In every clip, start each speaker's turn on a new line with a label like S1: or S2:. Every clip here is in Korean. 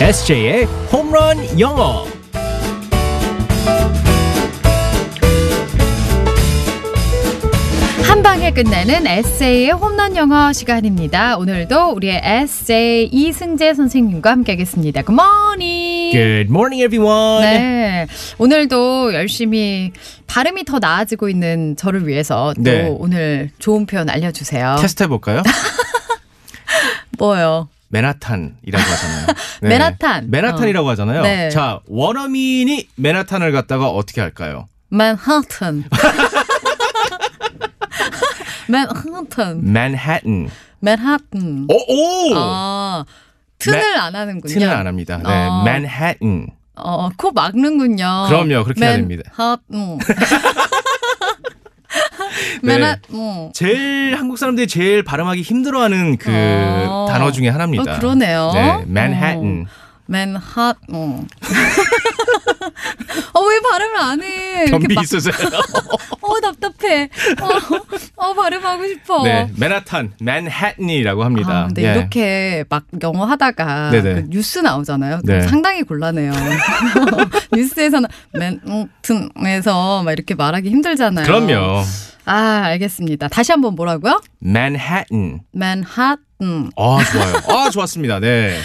S1: SJ의 홈런 영어.
S2: 한 방에 끝내는 에세이의 홈런 영어 시간입니다. 오늘도 우리의 에세이 이승재 선생님과 함께하겠습니다. Good morning.
S1: Good morning, everyone.
S2: 네, 오늘도 열심히 발음이 더 나아지고 있는 저를 위해서 또
S3: 네.
S2: 오늘 좋은 표현 알려주세요.
S3: 테스트 해볼까요?
S2: 뭐요?
S3: 맨하탄이라고 하잖아요.
S2: 맨하탄.
S3: 맨하탄이라고 하잖아요.
S2: 네.
S3: 자, 원어민이 맨하탄을 갖다가 어떻게 할까요?
S2: 맨하튼. 맨하튼.
S3: 맨하탄.
S2: 맨하튼.
S3: 어, 오, 음. 오!
S2: 아, 튼을
S3: 맨-
S2: 안 하는군요.
S3: 티는 안 합니다. 네,
S2: 어.
S3: 맨하탄.
S2: 어, 코 막는군요.
S3: 그럼요, 그렇게 해야 됩니다.
S2: 하, 음.
S3: 네.
S2: 맨하, 음.
S3: 제일 한국 사람들이 제일 발음하기 힘들어하는 그
S2: 어.
S3: 단어 중에 하나입니다.
S2: 어, 그러네요. 음. 어.
S3: 네, 맨하탄.
S2: 맨하, 음. 어, 왜 발음을 안 해? 이렇게
S3: 변비
S2: 막-
S3: 있으세요?
S2: 어, 답답해. 어, 어, 발음하고 싶어.
S3: 네, 맨하탄, 맨하탄이라고 합니다.
S2: 아, 근데
S3: 예.
S2: 이렇게 막 영어 하다가
S3: 네네.
S2: 그 뉴스 나오잖아요.
S3: 네.
S2: 상당히 곤란해요. 뉴스에서는 맨튼에서 막 이렇게 말하기 힘들잖아요.
S3: 그럼요.
S2: 아 알겠습니다. 다시 한번 뭐라고요?
S3: 맨하탄.
S2: 맨하튼.
S3: 아, 좋아요. 아, 좋았습니다. 네.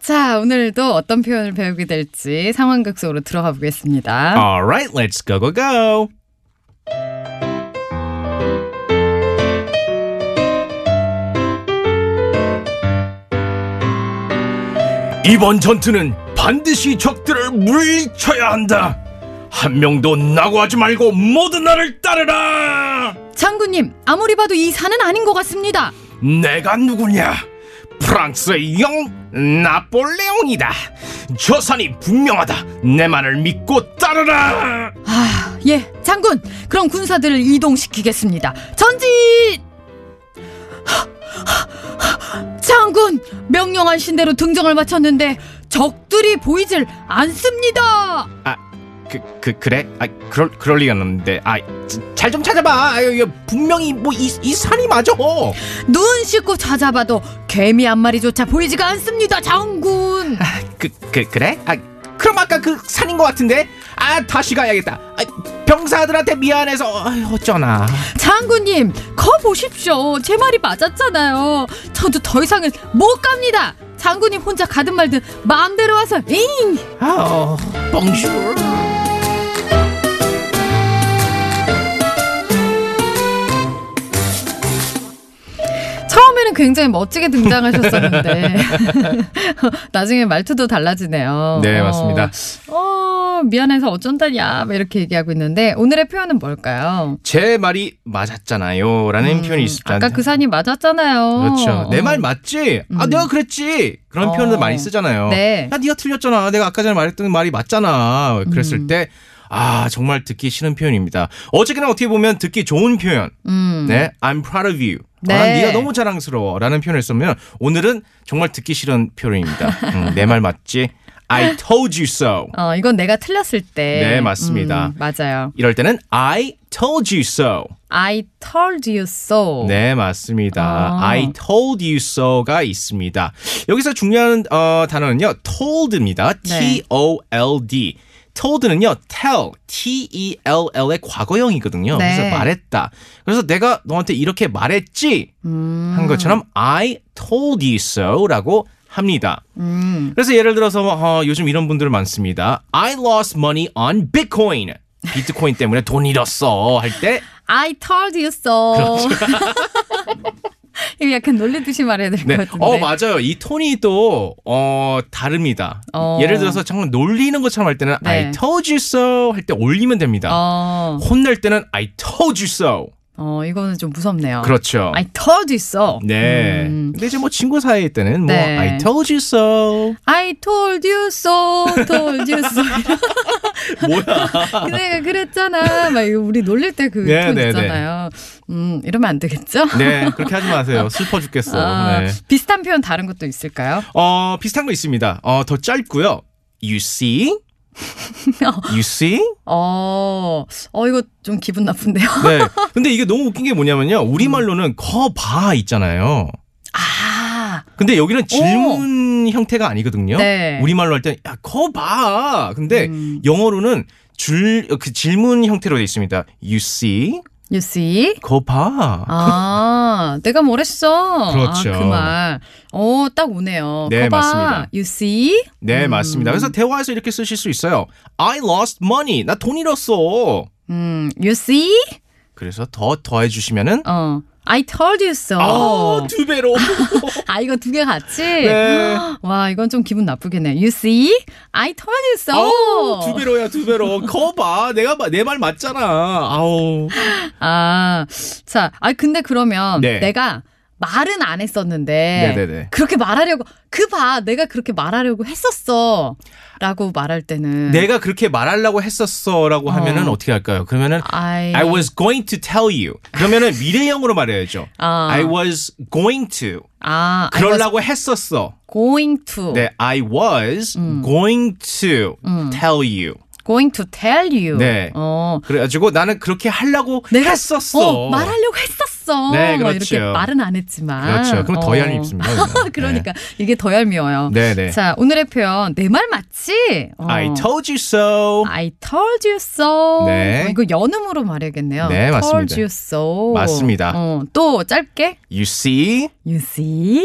S2: 자 오늘도 어떤 표현을 배우게 될지 상황극 속으로 들어가 보겠습니다.
S3: All right, let's go, go, go. 이번 전투는 반드시 적들을 물리쳐야 한다. 한 명도 낙오하지 말고 모든 나를 따르라.
S2: 장군님 아무리 봐도 이 산은 아닌 것 같습니다.
S3: 내가 누구냐? 프랑스의 영 나폴레옹이다. 저 산이 분명하다. 내 말을 믿고 따르라.
S2: 아 예 장군 그럼 군사들을 이동시키겠습니다. 전진. 장군 명령하신 대로 등정을 마쳤는데 적들이 보이질 않습니다.
S3: 그, 그 그래? 아 그럴 그럴 리가 없는데. 아 잘 좀 찾아봐. 아유, 이거 분명히 뭐 이 이 산이 맞아.
S2: 눈 씻고 찾아봐도 개미 한 마리조차 보이지가 않습니다, 장군.
S3: 그, 그 그래? 아 그럼 아까 그 산인 것 같은데. 아 다시 가야겠다. 아, 병사들한테 미안해서 아유, 어쩌나.
S2: 장군님, 거 보십시오. 제 말이 맞았잖아요. 저도 더 이상은 못 갑니다. 장군님 혼자 가든 말든 마음대로 와서 잉.
S3: 아, 뻥슈.
S2: 처음에는 굉장히 멋지게 등장하셨었는데 나중에 말투도 달라지네요.
S3: 네,
S2: 어,
S3: 맞습니다.
S2: 어, 미안해서 어쩐다냐 막 이렇게 얘기하고 있는데 오늘의 표현은 뭘까요?
S3: 제 말이 맞았잖아요라는 표현이 있습니다.
S2: 아까 그 산이 맞았잖아요.
S3: 그렇죠. 내
S2: 어.
S3: 말 맞지? 아
S2: 음.
S3: 내가 그랬지. 그런
S2: 어.
S3: 표현들 많이 쓰잖아요.
S2: 네.
S3: 야 네가 틀렸잖아. 내가 아까 전에 말했던 말이 맞잖아. 그랬을
S2: 음.
S3: 때. 아, 정말 듣기 싫은 표현입니다. 어쨌거나 어떻게 보면 듣기 좋은 표현.
S2: 음.
S3: 네. I'm proud of you. 아,
S2: 네.
S3: 네가 너무 자랑스러워. 라는 표현을 쓰면 오늘은 정말 듣기 싫은 표현입니다. 음, 내 말 맞지? I told you so.
S2: 어, 이건 내가 틀렸을 때.
S3: 네, 맞습니다.
S2: 음, 맞아요.
S3: 이럴 때는 I told you so.
S2: I told you so.
S3: 네, 맞습니다.
S2: 아.
S3: I told you so가 있습니다. 여기서 중요한 어, 단어는요, told입니다.
S2: 네.
S3: T-O-L-D. told는요, tell, T-E-L-L의 과거형이거든요.
S2: 네.
S3: 그래서 말했다. 그래서 내가 너한테 이렇게 말했지
S2: 음,
S3: 한 것처럼 I told you so라고 합니다.
S2: 음.
S3: 그래서 예를 들어서 어, 요즘 이런 분들 많습니다. I lost money on Bitcoin. 비트코인 때문에 돈 잃었어 할 때
S2: I told you so.
S3: 그렇죠.
S2: 이거 약간 놀리듯이 말해야 될 것
S3: 네.
S2: 같은데.
S3: 어, 맞아요. 이 톤이 또, 어, 다릅니다.
S2: 어.
S3: 예를 들어서 정말 놀리는 것처럼 할 때는
S2: 네.
S3: I told you so 할 때 올리면 됩니다.
S2: 어,
S3: 혼낼 때는 I told you so.
S2: 어, 이거는 좀 무섭네요.
S3: 그렇죠.
S2: I told you so.
S3: 네.
S2: 음.
S3: 근데 이제 뭐 친구 사이일 때는 뭐
S2: 네.
S3: I told you so.
S2: I told you so, told you so.
S3: 뭐야.
S2: 내가 그랬잖아. 막 이거 우리 놀릴 때 그
S3: 네,
S2: 톤
S3: 네, 네.
S2: 있잖아요. 음, 이러면 안 되겠죠?
S3: 네. 그렇게 하지 마세요. 슬퍼 죽겠어.
S2: 아,
S3: 네.
S2: 비슷한 표현 다른 것도 있을까요?
S3: 어, 비슷한 거 있습니다. 어, 더 짧고요. You see? You see?
S2: 어, 어, 이거 좀 기분 나쁜데요?
S3: 네. 근데 이게 너무 웃긴 게 뭐냐면요. 우리말로는 거 봐 있잖아요.
S2: 아,
S3: 근데 여기는 질문 형태가 아니거든요.
S2: 네.
S3: 우리말로 할 때, 야, 거 봐. 근데
S2: 음.
S3: 영어로는 줄, 그 질문 형태로 되어 있습니다. You see?
S2: You see?
S3: 거 봐.
S2: 아, 내가 뭘 했어?
S3: 그렇죠.
S2: 아, 그 말. 어, 딱 오네요.
S3: 네,
S2: 거봐.
S3: 맞습니다.
S2: You see?
S3: 네,
S2: 음.
S3: 맞습니다. 그래서 대화에서 이렇게 쓰실 수 있어요. I lost money. 나 돈 잃었어.
S2: 음, you see?
S3: 그래서 더 더해 주시면은
S2: 어, I told you so.
S3: 아, 두 배로.
S2: 어. 아, 이거 두 개 같이?
S3: 네.
S2: 와, 이건 좀 기분 나쁘겠네. You see? I told you so.
S3: 아우, 두 배로야, 두 배로. 거봐. 내가 내 말 맞잖아. 아우.
S2: 아, 자, 아 근데 그러면
S3: 네.
S2: 내가 말은 안 했었는데
S3: 네네네.
S2: 그렇게 말하려고 그 봐 내가 그렇게 말하려고 했었어라고 말할 때는
S3: 내가 그렇게 말하려고 했었어라고 하면은
S2: 네. 어.
S3: 어떻게 할까요? 그러면은
S2: I,
S3: I was going to tell you. 그러면은 미래형으로 말해야죠.
S2: 아.
S3: I was going to.
S2: 아 I was
S3: 그러려고 했었어.
S2: going to
S3: 네, I was
S2: 음.
S3: going to tell you.
S2: going to tell you
S3: 네.
S2: 어
S3: 그래가지고 나는 그렇게 하려고
S2: 내가
S3: 했었어.
S2: 어, 말하려고 했었어
S3: 네,
S2: 뭐
S3: 그렇죠.
S2: 이렇게 말은 안 했지만
S3: 그렇죠. 그럼 더
S2: 어.
S3: 얄밉습니다. 그러면.
S2: 그러니까 이게 더 얄미워요
S3: 네, 네.
S2: 자 오늘의 표현 내 말 맞지 어.
S3: I told you so.
S2: I told you so.
S3: 네.
S2: 어, 이거 연음으로 말해야겠네요.
S3: 네,
S2: Told
S3: 맞습니다.
S2: you so.
S3: 맞습니다.
S2: 어, 또 짧게
S3: You see.
S2: you see.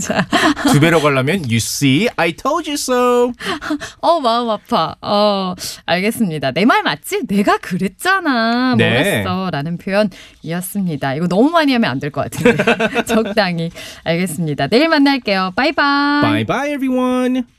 S2: 자,
S3: 두 배로 가려면 you see. I told you so.
S2: 어 마음 아파. 어, 알겠습니다. 내 말 맞지? 내가 그랬잖아.
S3: 네.
S2: 뭐랬어라는 표현이었습니다. 이거 너무 많이 하면 안 될 것 같은데 적당히. 알겠습니다. 내일 만날게요. 바이바이. 아.
S3: Bye bye everyone.